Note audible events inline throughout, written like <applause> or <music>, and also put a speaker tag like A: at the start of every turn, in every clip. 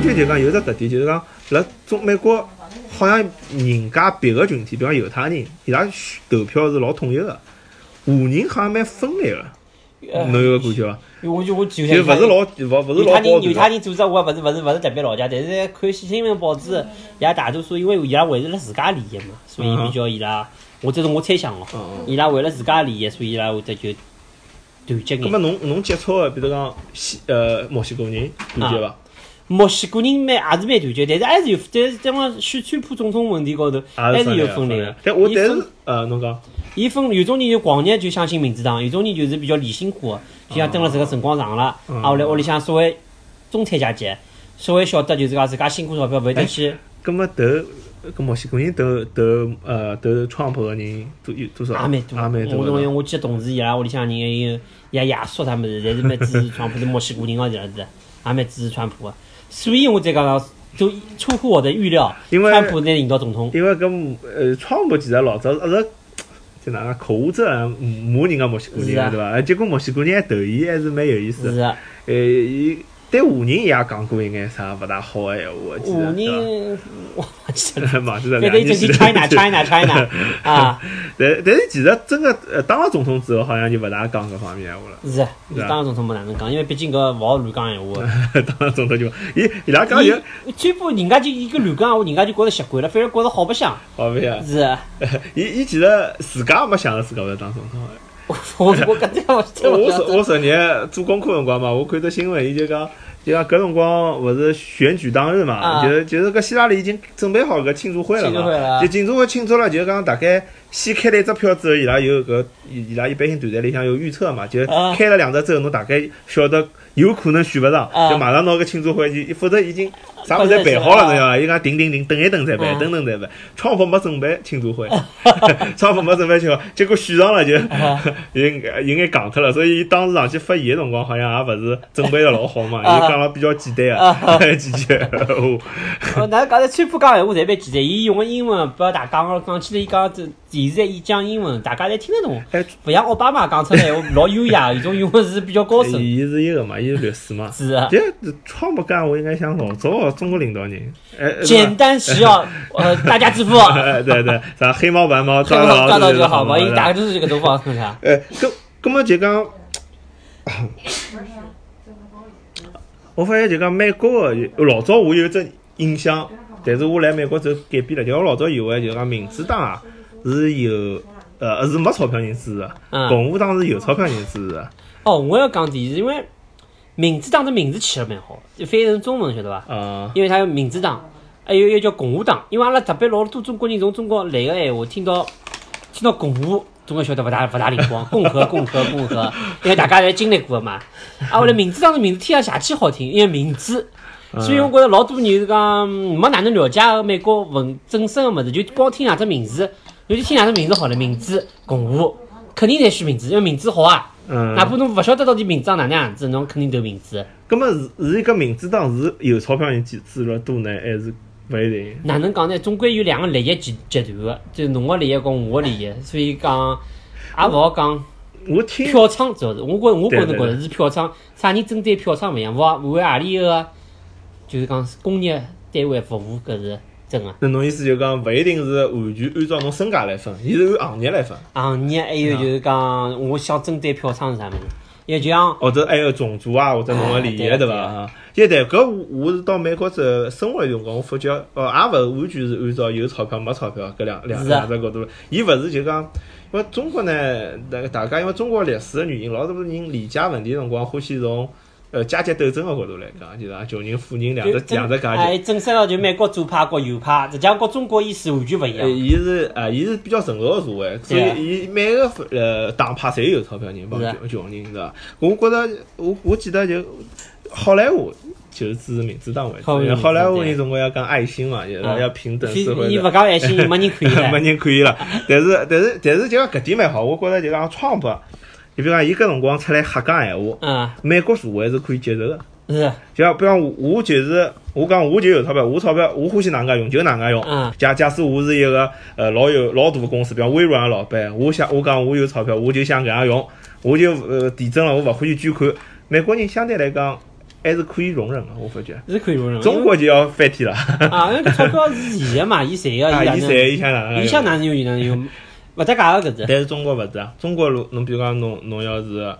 A: 究就讲有一只特点，就是讲辣中美国好像人家别个群体，比方犹太人，伊拉选投票是老统一个，华人好像蛮分裂个，
B: 呃
A: 侬有个感觉伐？
B: 我就我就
A: 就勿是老勿勿是
B: 犹
A: 老
B: 太
A: 包
B: 人，犹太
A: 团的。
B: 人组织我也勿是勿是勿是特别了解，但是看新闻报纸，伊拉大多数因为伊拉为了自家利益嘛，所以比较伊拉，我这是我猜想哦，
A: 嗯嗯。
B: 伊拉为了自家利益，所以伊拉会得就团结
A: 那么
B: 眼。
A: 侬侬接触个，比如讲西呃墨西哥人团结伐？
B: 墨西哥人蛮也是蛮团结，但是还是有，但是但讲选川普总统问题高头啊还
A: 也
B: 是
A: 分
B: 有
A: 裂
B: 分裂
A: 的
B: 的。。
A: 但我
B: 伊
A: 但
B: 分
A: 是呃侬讲
B: 伊分有种人就狂热就相信民主党，有种人就是比较理性化的，就像蹲了这个辰光长了，
A: 嗯
B: 啊，后来屋里向稍微中产阶级，稍微晓得就是讲自家辛苦钞票勿会得去。
A: 葛么投搿墨西哥人投投呃投川普个人多有多少？
B: 也蛮多，
A: 也蛮多的。
B: 我同学我记得同事伊拉屋里向人还有爷爷叔他们是，侪是蛮支持川普的，墨西哥人啊这样子，也蛮支持川普的。所以我才讲讲，就出乎我的预料，
A: 因为
B: 川普能赢到总统。
A: 因为搿呃，川普其实老早一直就哪能口无遮拦骂人家墨西哥
B: 是啊
A: 人，对伐？结果墨西哥人还投伊，还是蛮有意思
B: 是
A: 的。
B: 啊，
A: 呃，伊对华人伊也讲过一眼啥勿大好个闲话，我记
B: 五
A: 得对
B: 人我忘记了，
A: 伐？忘记了，
B: 反
A: 两
B: 正就
A: 年
B: 是
A: 前
B: China China China 啊，
A: 但但是其实真个呃，当了总统之后，好像就勿大讲搿方面闲话了。
B: 是啊，
A: 是啊
B: 当然总统没哪能讲，因为毕竟搿勿好乱讲闲话。
A: 当了总统就伊伊拉 <laughs> 讲就
B: 伊川普人家就一个乱讲闲话，人家就觉着习惯了，反而觉着好白相。
A: 好不呀？
B: 是 <laughs> 啊，
A: 伊伊其实自家也没想着自家会当总统的。
B: 我我我搿这个我这个
A: <laughs> 我
B: 我 <laughs>
A: 昨我昨日做功课辰光嘛，我看到新闻，伊就讲，就讲搿辰光勿是选举当日嘛，
B: 啊
A: 就是就是搿希拉里已经准备好搿庆祝会了
B: 庆祝会
A: 嘛，
B: 了
A: 就庆祝会庆祝了，就是讲大概先开了一只票之后，伊拉有搿伊伊拉一般性团队里向有预测嘛，就是
B: 啊
A: 开了两只之后，侬大概晓得有可能选勿上，
B: 啊
A: 就马上拿搿庆祝会就，否则已经啥物事
B: 搞定
A: 办好了，
B: 了
A: 侬晓得伐？伊讲停停停，等一等再
B: 啊
A: 办，等等再办。川普没准备庆祝
B: <laughs>
A: 会，川普没准备庆祝，结果选上了就。
B: 啊
A: 有眼有眼戆脱了，所以伊当时上去发言的辰光，好像也勿是准备得老好嘛，
B: <laughs> 啊
A: 伊讲了比较简单 <laughs>
B: 啊
A: 个几
B: <laughs>
A: 句哎闲话。
B: 哦，哪能讲呢？川普讲闲话侪蛮简单，伊用个英文拨大家讲讲起来，伊讲这现在伊讲英文，大家侪听得懂，
A: 哎，
B: 勿像奥巴马讲出来闲话老优
A: <laughs>
B: 雅，伊种用的是比较高深。
A: 伊伊是一个嘛，伊是律师嘛。
B: 是啊，
A: 这川普讲话应该像老早的中国领导人，哎，哎是吧
B: 简单实要，呃，大家致富，
A: 哎对对，啥黑猫白猫 <laughs>
B: 黑
A: 抓
B: <laughs> 猫抓
A: 到
B: 到
A: 老鼠
B: 就好嘛，
A: 对
B: 伊
A: 吧
B: 大概就是搿种方式噻。
A: 哎，搿搿么就讲，我发现就讲美国个老早我有只印象，但是我来美国之后改变了。就我老早以为就讲民主党啊是有呃是没钞票人支持的，
B: 嗯，
A: 共和党是有钞票人啊支持的。
B: 哦，我要讲点是因为民主党的名字起得蛮好，就翻译成中文晓得伐？
A: 啊
B: 因为它有民主党，还有一个叫共和党。因为阿拉特别老多中国人从中国来个闲话，听到听到共和，总归晓得勿大勿大灵光，共和共和共和，因为大家侪经历过嘛。啊，后来民主党的名字听上邪气好听，因为民主。所以我觉着老多人是讲没哪能了解美国文正身个物事，就光听两只名字，尤其听两只名字好了，民主、共和，肯定侪选民主，因为民主好啊。
A: 嗯
B: 哪，怕侬勿晓得到底民主党哪能样子，侬肯定投民主。
A: 葛么是是一个民主党是有钞票人支支持了多呢，还是勿一定？
B: 哪能讲呢？总归有两个利益集集团个，就是侬个利益跟我个利益，所以讲也勿好讲
A: 我听
B: 票仓主要是，我觉我个人
A: 对对
B: 觉着是票仓，啥人针对票仓勿一样，勿好为何里个就是讲工业单位服务搿是真个，
A: 那侬意思就讲，勿一定是完全按照侬身价来分，伊是按行业来分，
B: 啊行业还
A: 嗯
B: 有就是讲我想针对票仓是啥物事，因为就像
A: 或者还有哦种族啊，或者侬个利益
B: 哦哎对
A: 对伐？
B: 对
A: 啊，也对，搿我我是到美国之后生活一段辰光，我发觉哦，也勿完全是按照有钞票没钞票搿两两
B: 是啊
A: 两只角度，伊勿是就讲。因为中国呢，大大家因为中国历史的原因，老多人理解问题的辰光，欢喜从呃阶级斗争的角度来讲，就是啊穷人富人两
B: 就
A: 只
B: 真
A: 两只阶级
B: 哎，。正式了就美国左派和右派，实际上和中国意思完全勿一
A: 呃，
B: 样。
A: 伊是啊，伊是比较成熟个社会，所
B: 对啊
A: 以伊每个呃党派侪有钞票人帮
B: 是啊
A: 穷穷人，是伐？我觉着我我记得就好莱坞就是支持民主党为
B: 好
A: 主，
B: 莱坞
A: 因为好莱坞
B: 对
A: 人总归要讲爱心嘛，就是
B: 啊
A: 要平等
B: 伊
A: 社会
B: 伊
A: 的
B: 勿。讲爱心，没人看伊
A: <laughs> 没
B: 唻。
A: 人看伊了，但是但是但是就讲搿点蛮好，我觉着就讲川普，你比如讲伊搿辰光出来瞎讲闲话，
B: 嗯，
A: 美国社会是可以接受个。
B: 是，
A: 就像比方我我就是我讲我就有钞票，我钞票我欢喜哪能介用就哪能介用。
B: 嗯
A: 假假使我是一个呃老有老大的公司，比方微软的老板，我想我讲我有钞票，我就想搿样用，我就呃提振了，我勿欢喜捐款。美国人相对来讲还是可以容忍的，我发觉。
B: 是可以容忍的。
A: 中国就要翻天了，
B: 因为啊，因为搿钞票是伊个嘛，伊赚个，
A: 啊，嗯
B: 伊哪
A: 伊
B: 能？
A: 赚伊想哪能用
B: 伊想？哪能用伊哪能用？勿搭界个搿只。
A: 但是中国勿是啊，中国如侬比如讲侬侬要是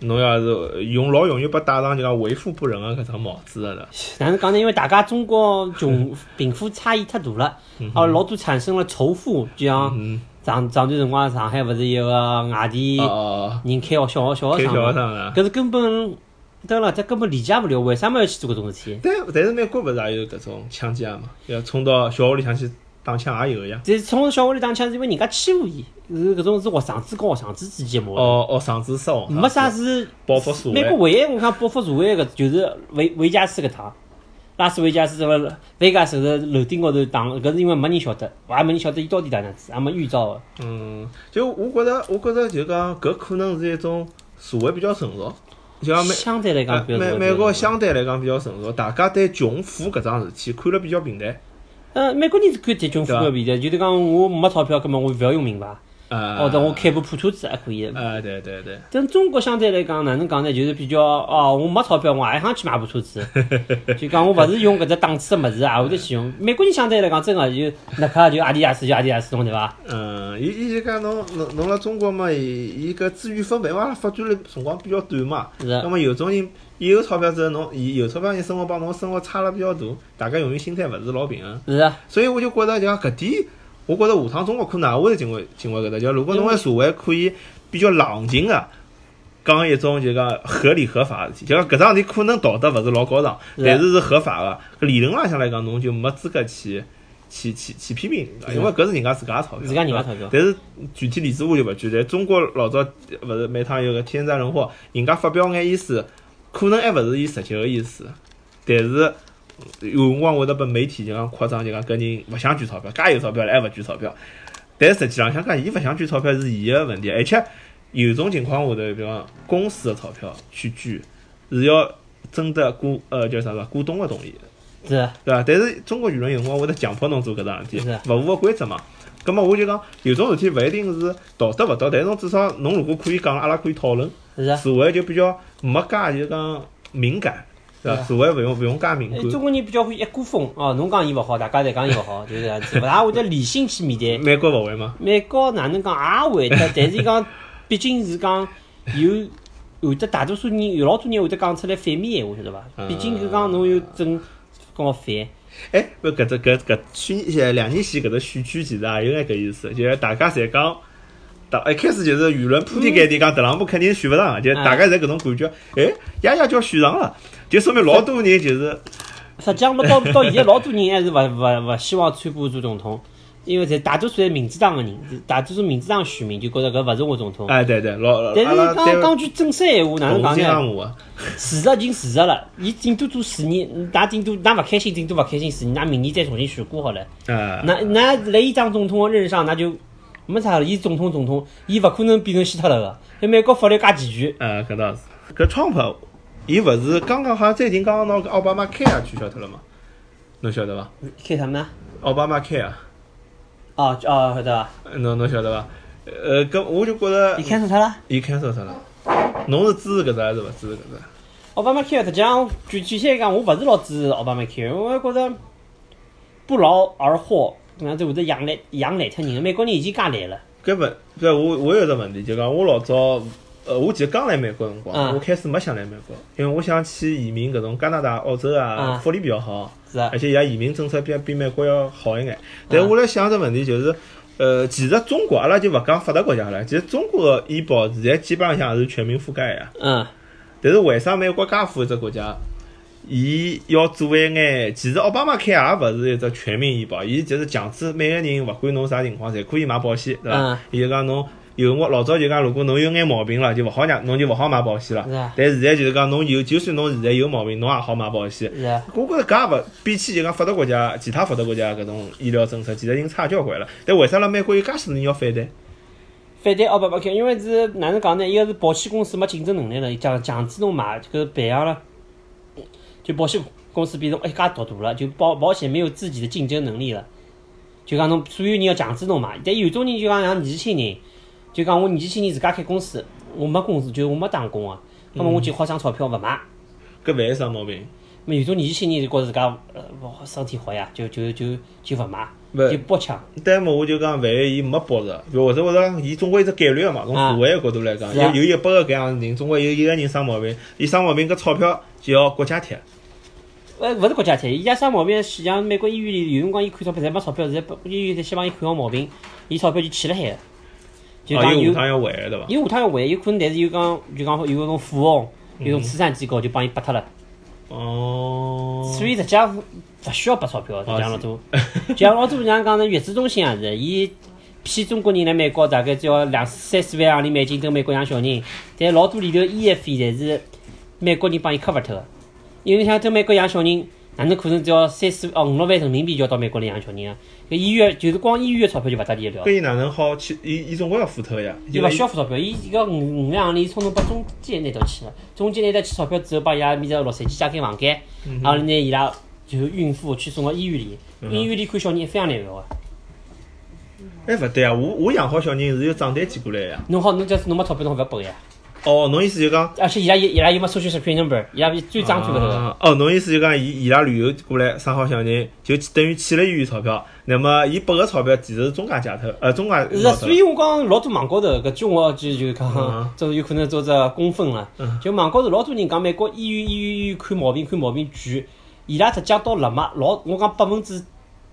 A: 侬要是用老容易被戴上就讲为富不仁的搿种帽子了，
B: 哪能讲呢？因为大家中国穷贫富差异太大了，啊，老多产生了仇富。就像
A: 嗯，
B: 上上段辰光上海勿是有个外地
A: 哦，
B: 人开学小学小
A: 开
B: 学
A: 小学
B: 生嘛，
A: 生了。
B: 搿是根本，对了，这根本理解勿了为啥么要去做搿种事体。
A: 但但是美国勿是也有搿种枪击案嘛，要冲到小学里向去打枪也有呀。
B: 这从小屋里打枪是因为人家欺负伊，是搿种是学生子跟学生子之间的磨合，
A: 哦哦，上子失望，
B: 没啥是
A: 报复社
B: 美
A: 会
B: 国。唯一我看报复社会的搿就是维维加斯搿趟，拉斯维加斯什么维加斯的楼顶高头打，搿是因为没人晓得，也没人晓得伊到底哪能子，也没预兆的。
A: 嗯，就我觉着，我觉着就讲搿可能是一种社会比较成熟，就讲美
B: 相对来
A: 呃
B: 讲，比较
A: 美
B: 多
A: 美国，相对来讲比较成熟，大家对穷富搿桩事体看了比较平淡。
B: 呃，美国人是看这种富贵比的，就是讲我没钞票，葛末我勿要用名牌，
A: 呃，
B: 或者哦我开部破车子也可以的。
A: 呃，对对对，
B: 但中国相对来讲，哪能讲呢？就是比较哦，我没钞票，我也想去买部车子。就讲我勿是用搿只档次的物事，也会得去用。美国人相对来讲，真个就耐克就阿迪达斯就阿迪达斯，懂对伐？
A: 嗯，伊伊就讲侬侬侬辣中国嘛，伊伊搿资源分配嘛，发展了辰光比较短嘛。
B: 是
A: 那么有种人，伊有钞票之后，侬伊有钞票人生活帮侬生活差了比较大，大家永远心态勿是老平衡。
B: 是啊，
A: 所以我就觉着就讲搿点，我觉着下趟中国可能也会是进会进会搿搭，就如果侬个社会可以比较冷静个。讲一种就讲合理合法的事体，就讲搿桩事体可能道德勿是老高尚，
B: 是
A: 但是是合法个。搿理论浪向来讲，侬就没资格去去去去批评人家，因为搿是人家自家的钞票。
B: 自家人家钞票
A: 但是具体例子我就勿举例。中国老早勿是每趟有个天灾人祸，人家发表眼意思，可能还勿是伊实际个意思，但是有辰光会得被媒体就讲夸张，就讲搿人勿想捐钞票，介有钞票了还勿捐钞票。但实际浪向讲，伊勿想捐钞票是伊个问题，而且有种情况下头，比方公司的钞票去捐，是要征得股呃叫啥个股东的同意的。
B: 是啊
A: 对伐？但是中国舆论有辰光会得强迫侬做搿桩事体
B: 是，
A: 勿符合规则嘛。葛末我就讲，有种事体勿一定是道德勿道，但是侬至少侬如果可以讲，阿拉可以讨论，
B: 是啊。
A: 社会就比较没介就讲敏感，对伐？
B: 是啊
A: 社会勿用勿用介敏
B: 哎，
A: 感。
B: 中国人比较会一股风哦，侬讲伊勿好，大家侪讲伊勿好， <laughs> 就是这样子，勿大会得理性去面对。
A: 美国勿会嘛？
B: 美国哪能讲也会得，但是伊讲，毕竟是讲有有的大多数人有老多人会得讲出来反面闲话，晓得伐？
A: 嗯
B: 毕竟搿讲侬有正跟反，
A: 哎，勿搿只搿搿去两年前搿只选举其实也有眼搿意思，就是大家侪讲。大一开始就是舆论铺天盖地讲特朗普肯定选勿上，就
B: 嗯
A: 大家侪搿种感觉，哎，爷爷叫选上了，就说明老多人就是
B: 实际上嘛，到到现在老多人还是勿勿勿希望川普做总统，因为侪大多数侪民主党个人，大多数民主党选民就觉着搿勿是我总统。
A: 哎对对，老老
B: 但
A: 阿拉
B: 是
A: 对
B: 讲讲句正式闲话，哪能
A: 同
B: 讲
A: 性
B: 呢？
A: 相我。
B: 事实已经事实了，伊顶多做四年，㑚顶多㑚勿开心，顶多勿开心四年，㑚明年再重新选过好了。
A: 啊，
B: 那那来伊当总统的任上，那就没啥了。伊总统总统，伊勿可能变成希特勒个。因为美国法律介齐全，
A: 呃，搿倒是。搿川普，伊勿是刚刚好像最近刚刚拿搿奥巴马开啊取消脱了嘛？侬晓得伐？
B: 开什么呢？
A: 奥巴马开啊，
B: 哦就哦，晓得伐？
A: 侬侬晓得伐？呃，搿我就觉着
B: 伊开除脱了。
A: 伊 cancel 脱了。侬是支持搿只还是勿支持搿只？
B: 奥巴马开实际上具具体来讲，我勿是老支持奥巴马开，我觉着不劳而获，搿样子会得养懒养懒脱人。美国人已经介懒了，
A: 搿问搿我我有只问题，就讲我老早。呃，我其实刚来美国辰光，
B: 嗯
A: 我开始没想来美国，因为我想去移民搿种加拿大、澳洲啊，
B: 嗯
A: 福利比较好。
B: 是伐
A: 而？且伊拉移民政策比比美国要好一眼。
B: 嗯
A: 但我来想只问题就是，呃，其实中国阿拉就勿讲发达国家了，其实中国的医保现在基本上向是全民覆盖呀。
B: 嗯，
A: 但是为啥美国介富一只国家，伊要做一眼？其实奥巴马开也勿是一只全民医保，伊就是强制每个人勿管侬啥情况，侪可以买保险，对伐
B: 嗯？
A: 伊就讲侬。有辰光老早就讲，如果侬有眼毛病了，就勿好让侬就勿好买保险了
B: 是啊。
A: 但现在就是讲，侬有就算侬现在有毛病，侬也好买保险。
B: 是啊。
A: 我觉着搿也勿比起就讲发达国家、其他发达国家搿种医疗政策，其实已经差交关了。但为啥辣美国有介许多人要反对？
B: 反对奥巴马开，因为是哪能讲呢？一个是保险公司没竞争能力了，伊强强制侬买，这个培养了，就保险公司变成一家独大了，就保保险没有自己的竞争能力了。就讲侬所有人要强制侬买，但有种人就讲像年轻人，就讲我年轻人自家开公司，我没工资，就是我没打工啊，那么我就好省钞票勿买，
A: 搿万一啥毛病？
B: 么有种年纪轻人就觉着自家呃勿好身体好呀，就就就就勿买，
A: 勿
B: 就包抢。
A: 但么我就讲，万一伊没保值，就或者或者讲，伊总归是概率个嘛。从
B: 啊
A: 社会个角度来讲，
B: 是啊
A: 有有一百个搿样的人，总归有一个人生毛病，伊生毛病搿钞票就要国家贴。
B: 呃，勿是国家贴，伊家啥毛病？像美国医院里有辰光伊看钞票，侪没钞票，现在拨医院侪先帮伊看好毛病，伊钞票就去了海了。就
A: 啊，
B: 讲
A: 有
B: 有
A: 下，趟要还的对伐？
B: 有下趟要还，有可能但是有讲就讲有搿种富翁，
A: 嗯
B: 有种慈善机构就帮伊拨脱了，
A: 哦，
B: 所以实际上勿需要拨钞票，实际上老多。就像老多人讲的月子中心也是，伊骗中国人来美国大概只要两三四万洋钿美金跟美国养小人，但老多里头医药费侪是美国人帮伊 cover 脱的。因为你想跟美国养小人，哪能可能只要三四哦五六万人民币就要到美国来养小人啊？搿医院就是光医院钞票就勿搭理得了
A: 搿，伊哪能好去？伊伊总归要付脱个呀。
B: 伊勿需要付钞票，伊伊个五五两洋钿从侬拨中介拿到去了，中介拿到去钞票之后，帮伊拉面搭洛杉矶借间房间，然后拿伊拉就是孕妇去送到医院里，医院里看小人非常难哦搞个。
A: 哎，勿对啊，我我养好小人是有账单寄过来个呀。
B: 侬好，侬假使侬没钞票，侬勿要拨呀。
A: 哦，侬意思就讲。
B: 而且伊拉伊拉又没 social security number，伊拉最脏最搿个。
A: 啊哦，侬意思就讲伊伊拉旅游过来生好小人，就等于欠了医院钞票。那么伊拨个钞票其实是中介借脱，呃，中介拿脱
B: 是啊，所以我讲老多网高头搿句我就就
A: 嗯
B: 讲，这有可能做只公分了
A: 嗯。
B: 就网高头老多人讲美国医院医院医院看毛病看毛病贵，伊拉实际上到辣嘛老我讲百分之，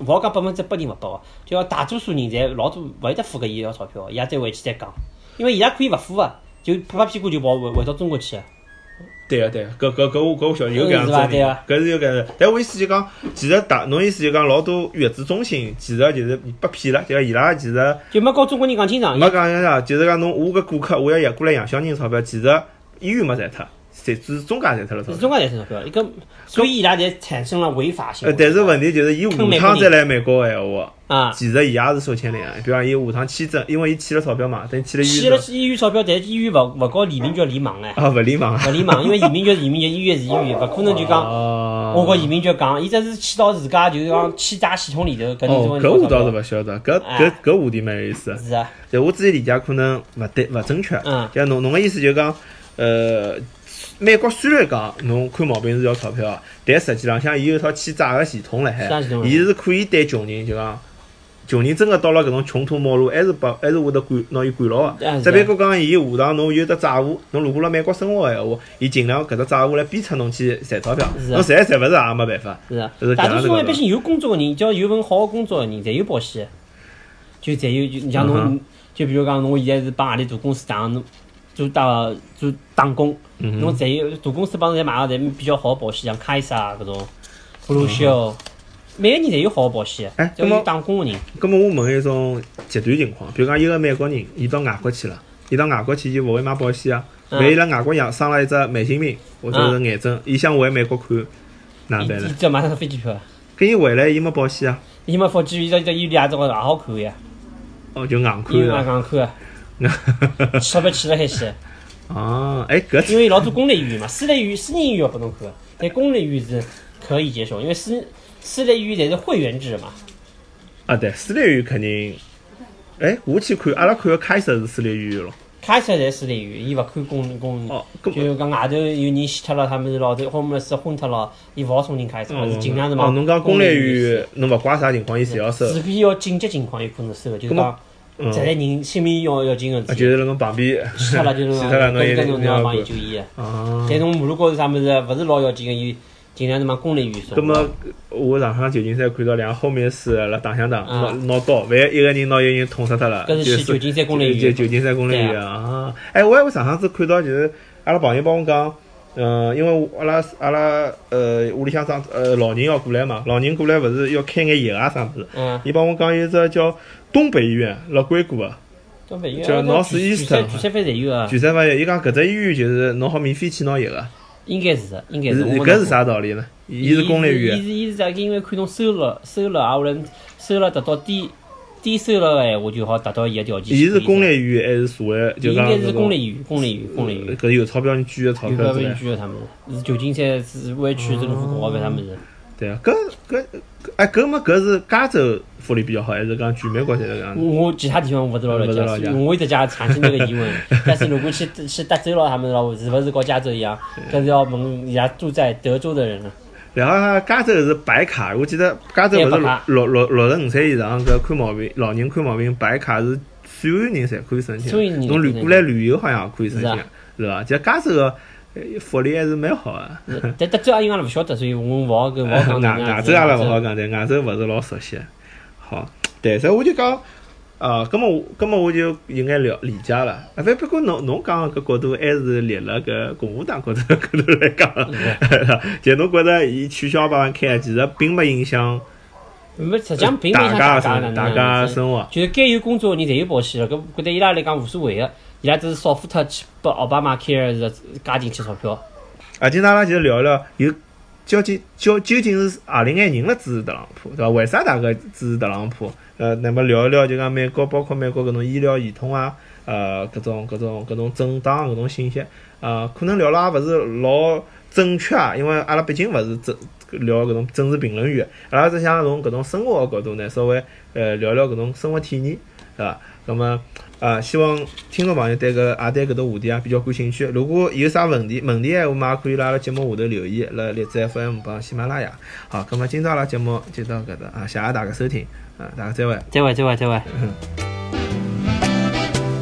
B: 勿好讲百分之百人勿拨哦，就讲大多数人侪老多勿会得付搿医疗钞票，伊拉再回去再讲，因为伊拉可以勿付啊，就拍拍屁股就跑回回到中国去啊。
A: 对个、对个、搿搿搿我搿我晓得有搿样子
B: 嗯是吧
A: 的
B: 对
A: 人
B: 啊，
A: 搿是有搿样子。但我意思就讲，其实大侬意思就讲，老多月子中心其实就是被骗了，就讲伊拉其实
B: 就没跟中国人讲清爽，
A: 没讲啥，就是讲侬我搿顾客我要养过来养小人钞票，其实医院没赚脱，侪只是中介赚脱了钞
B: 是
A: 票。
B: 中国人赚钞票，一个，所以伊拉才产生了违法行
A: 呃，
B: 为。
A: 但是问题就是，伊
B: 坑美
A: 下
B: 国
A: 趟
B: 人
A: 再来美国个闲话，
B: 啊，
A: 其实伊也是受牵连啊的。比方伊下趟签证，因为伊欠了钞票嘛，等欠了医
B: 去
A: 院
B: 了医院钞票，但是医院勿勿告移民局联网哎，
A: 啊，勿理网啊。
B: 勿联网，因为移民局是移民局，医院是医院，勿可能就讲
A: 哦
B: 我告移民局讲，伊这是签到自家就是讲欺诈系统里头，搿
A: 哦，
B: 种
A: 搿我
B: 种
A: 倒是勿晓得，搿搿
B: 哎
A: 搿话题蛮有意思的。
B: 是啊，
A: 对我自己理解可能勿对勿正确。
B: 嗯
A: 就像侬侬个意思就是讲，呃，美国虽然讲侬看毛病是要钞票啊，但实际浪向伊有一套欺诈个系统辣海
B: 啥系统，啊
A: 伊是可以对穷人就讲。穷人真个到了搿种穷途末路，还是把还是会得管拿伊管牢啊
B: 哎
A: 个。
B: 是
A: 只不过讲，伊下趟侬有得债务，侬如果辣美国生活个闲话，伊尽量搿只债务来逼出侬去赚钞票。
B: 是啊
A: 侬赚也赚勿着，也没办法。
B: 是啊
A: 就是，
B: 大多
A: 这
B: 数
A: 样子
B: 一般性有工作个人，只要有份好个工作个人，侪有保险，就侪有就你
A: 嗯
B: 像侬，就比如讲侬现在是帮何里大公司打侬做打做打工，
A: 嗯
B: 侬侪有大公司帮侬侪买个侪比较好个保险，像凯撒搿种，Blue Shield，每个人侪有好个保险
A: 嗯哎，
B: 只要
A: 那
B: 有
A: 么
B: 打工个人。
A: 咁么我问一种极端情况，比如讲一个美国人，伊到外国去了，伊到外国去就勿会买保险啊。
B: 嗯
A: 万一辣外国养生了一只慢性病或者是癌症，伊想回美国看，哪能办
B: 伊
A: 呢？
B: 只要买上飞机票，
A: 搿伊回来伊没保险啊，
B: 伊没飞机，伊只只医院里也只好也好看呀，
A: 哦就硬看
B: 医院也
A: 了。
B: 讲看啊，吃不起了海些，
A: <laughs> 哦，哎搿
B: 因为老多公立医院嘛，私立医院、私立医院要拨侬看，但公立医院是可以接受，因为私私立医院侪是会员制嘛，
A: 啊对，私立医院肯定。哎，我去看，阿拉看个开设是私立医院咯。
B: 开出来侪私立医院，伊勿看公公。
A: 哦，搿么
B: 就讲外头有人死脱了，他们是老头 homeless 昏脱了，伊勿好送人开车，是尽量是
A: 哦，
B: 往
A: 侬讲公立医
B: 医院
A: 院，侬勿怪啥情况，伊侪要收
B: 送，。除非要紧急情况有可能收的，就是
A: 那么
B: 讲
A: 嗯，
B: 实在人性命要要紧个
A: 啊就
B: 事体，
A: 是辣侬旁边，
B: 死脱了就是
A: 死
B: 讲，
A: 脱了侬也
B: 搿种侬
A: 侬
B: 要
A: 要
B: 帮伊
A: 管。
B: 就医个。
A: 哦。
B: 但侬马路高头啥物事勿是老要紧个，伊尽量是往公立医院送。
A: 咁么，呃我上趟旧金山看到两个后面是辣打相打，拿
B: 啊
A: 拿刀，万一一个人拿一个人捅死脱了。
B: 搿是去
A: 就
B: 旧金山公立医
A: 就
B: 院
A: 旧金山公立医院
B: 对
A: 啊！哎，我还我上趟子看到就是阿拉朋友帮我讲，嗯，因为我阿拉阿拉呃屋里向长呃老人要过来嘛，老人过来勿是要开眼药啊啥物事，
B: 嗯，
A: 伊帮我讲有一只叫东北医院辣硅谷个，
B: 东北医院
A: 叫 North
B: 全
A: Eastern
B: 全全侪有啊，
A: 全山发现伊讲搿只医院就是侬好免费去拿药个，
B: 应该是啊的，应该
A: 是
B: 是。
A: 搿是？啥道理呢？伊是公立医
B: 伊
A: 院
B: 是伊是啥？因为看侬收入收入啊，或者收入达到低低收入个闲话，就好达到伊个条件。
A: 伊是公立医院还是所谓
B: 伊
A: 就
B: 应
A: 讲
B: 该是
A: 那种
B: 公立医院，公立医院，公立医
A: 嗯
B: 院。
A: 搿有钞票人捐个钞
B: 有
A: 票
B: 个啊
A: 之
B: 湾
A: 类。
B: 区个啥物事，是旧金山市湾区政府搞个啥物事，
A: 对啊，搿搿哎搿么搿是加州福利比较好，还是讲全美国侪是搿样子？
B: 我其他地方我勿是老了
A: 勿是老了
B: 解，
A: 解
B: 所以我一直讲产生这个疑 <laughs> 问。但是如果去去德州了，他们老是不是跟加州一样，搿是要问伊拉住在德州的人啊了。
A: 然后加州是白卡，我记得加州勿是
B: 哎白卡
A: 六六六十五岁以上搿看毛病，老人看毛病白卡是所有人侪可以申请
B: 所有人
A: 的，侬旅过来旅游好像也可以申请
B: 是啊，
A: 是伐？就加州个呃福利还是蛮好个。
B: 但德州阿拉勿晓得，所以我勿好啊跟勿好
A: 外
B: <laughs> 讲哪能
A: 外
B: 样子
A: 州阿拉勿好讲，对外州勿是老熟悉。啊好，对，所以我就讲，啊，葛么我，葛么我就有眼了理解了。啊，不不过侬侬讲个角度还是立辣搿共和党角度角度来讲， <laughs> 就侬觉着伊取消百万 K，其啊实并没影响
B: 没，实际上并没影
A: 大家
B: 响家哪
A: 生
B: 能
A: 大
B: 样
A: 家
B: 子
A: 生活。
B: 就是该有工作的人侪有保险了，搿搿对伊拉来讲无所谓个，啊伊拉只是少付脱去拨奥巴马 care 是加进去钞票。
A: 啊，今朝阿拉就聊一聊有。究竟究究竟是何里眼人辣支持特朗普，对伐？为啥大家支持特朗普？呃，那么聊一聊就讲美国，包括美国搿种医疗系统啊，呃，搿种搿种搿种政党搿种信息，啊，可能聊了也勿是老正确啊，因为阿拉毕竟勿是政聊搿种政治评论员，阿拉只想从搿种生活个角度呢，稍微呃聊聊搿种生活体验，对伐？那么啊，希望听众朋友对搿也对搿个话题啊比较感兴趣。如果有啥问题问题闲话嘛，也可以辣阿拉节目下头留言，辣荔枝 FM 帮喜马拉雅。好，咁么今朝阿拉节目就到搿搭啊，谢谢大家收听啊，大家再会。
B: 再会，再会，再会。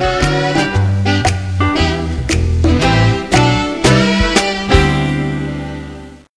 C: Thank you.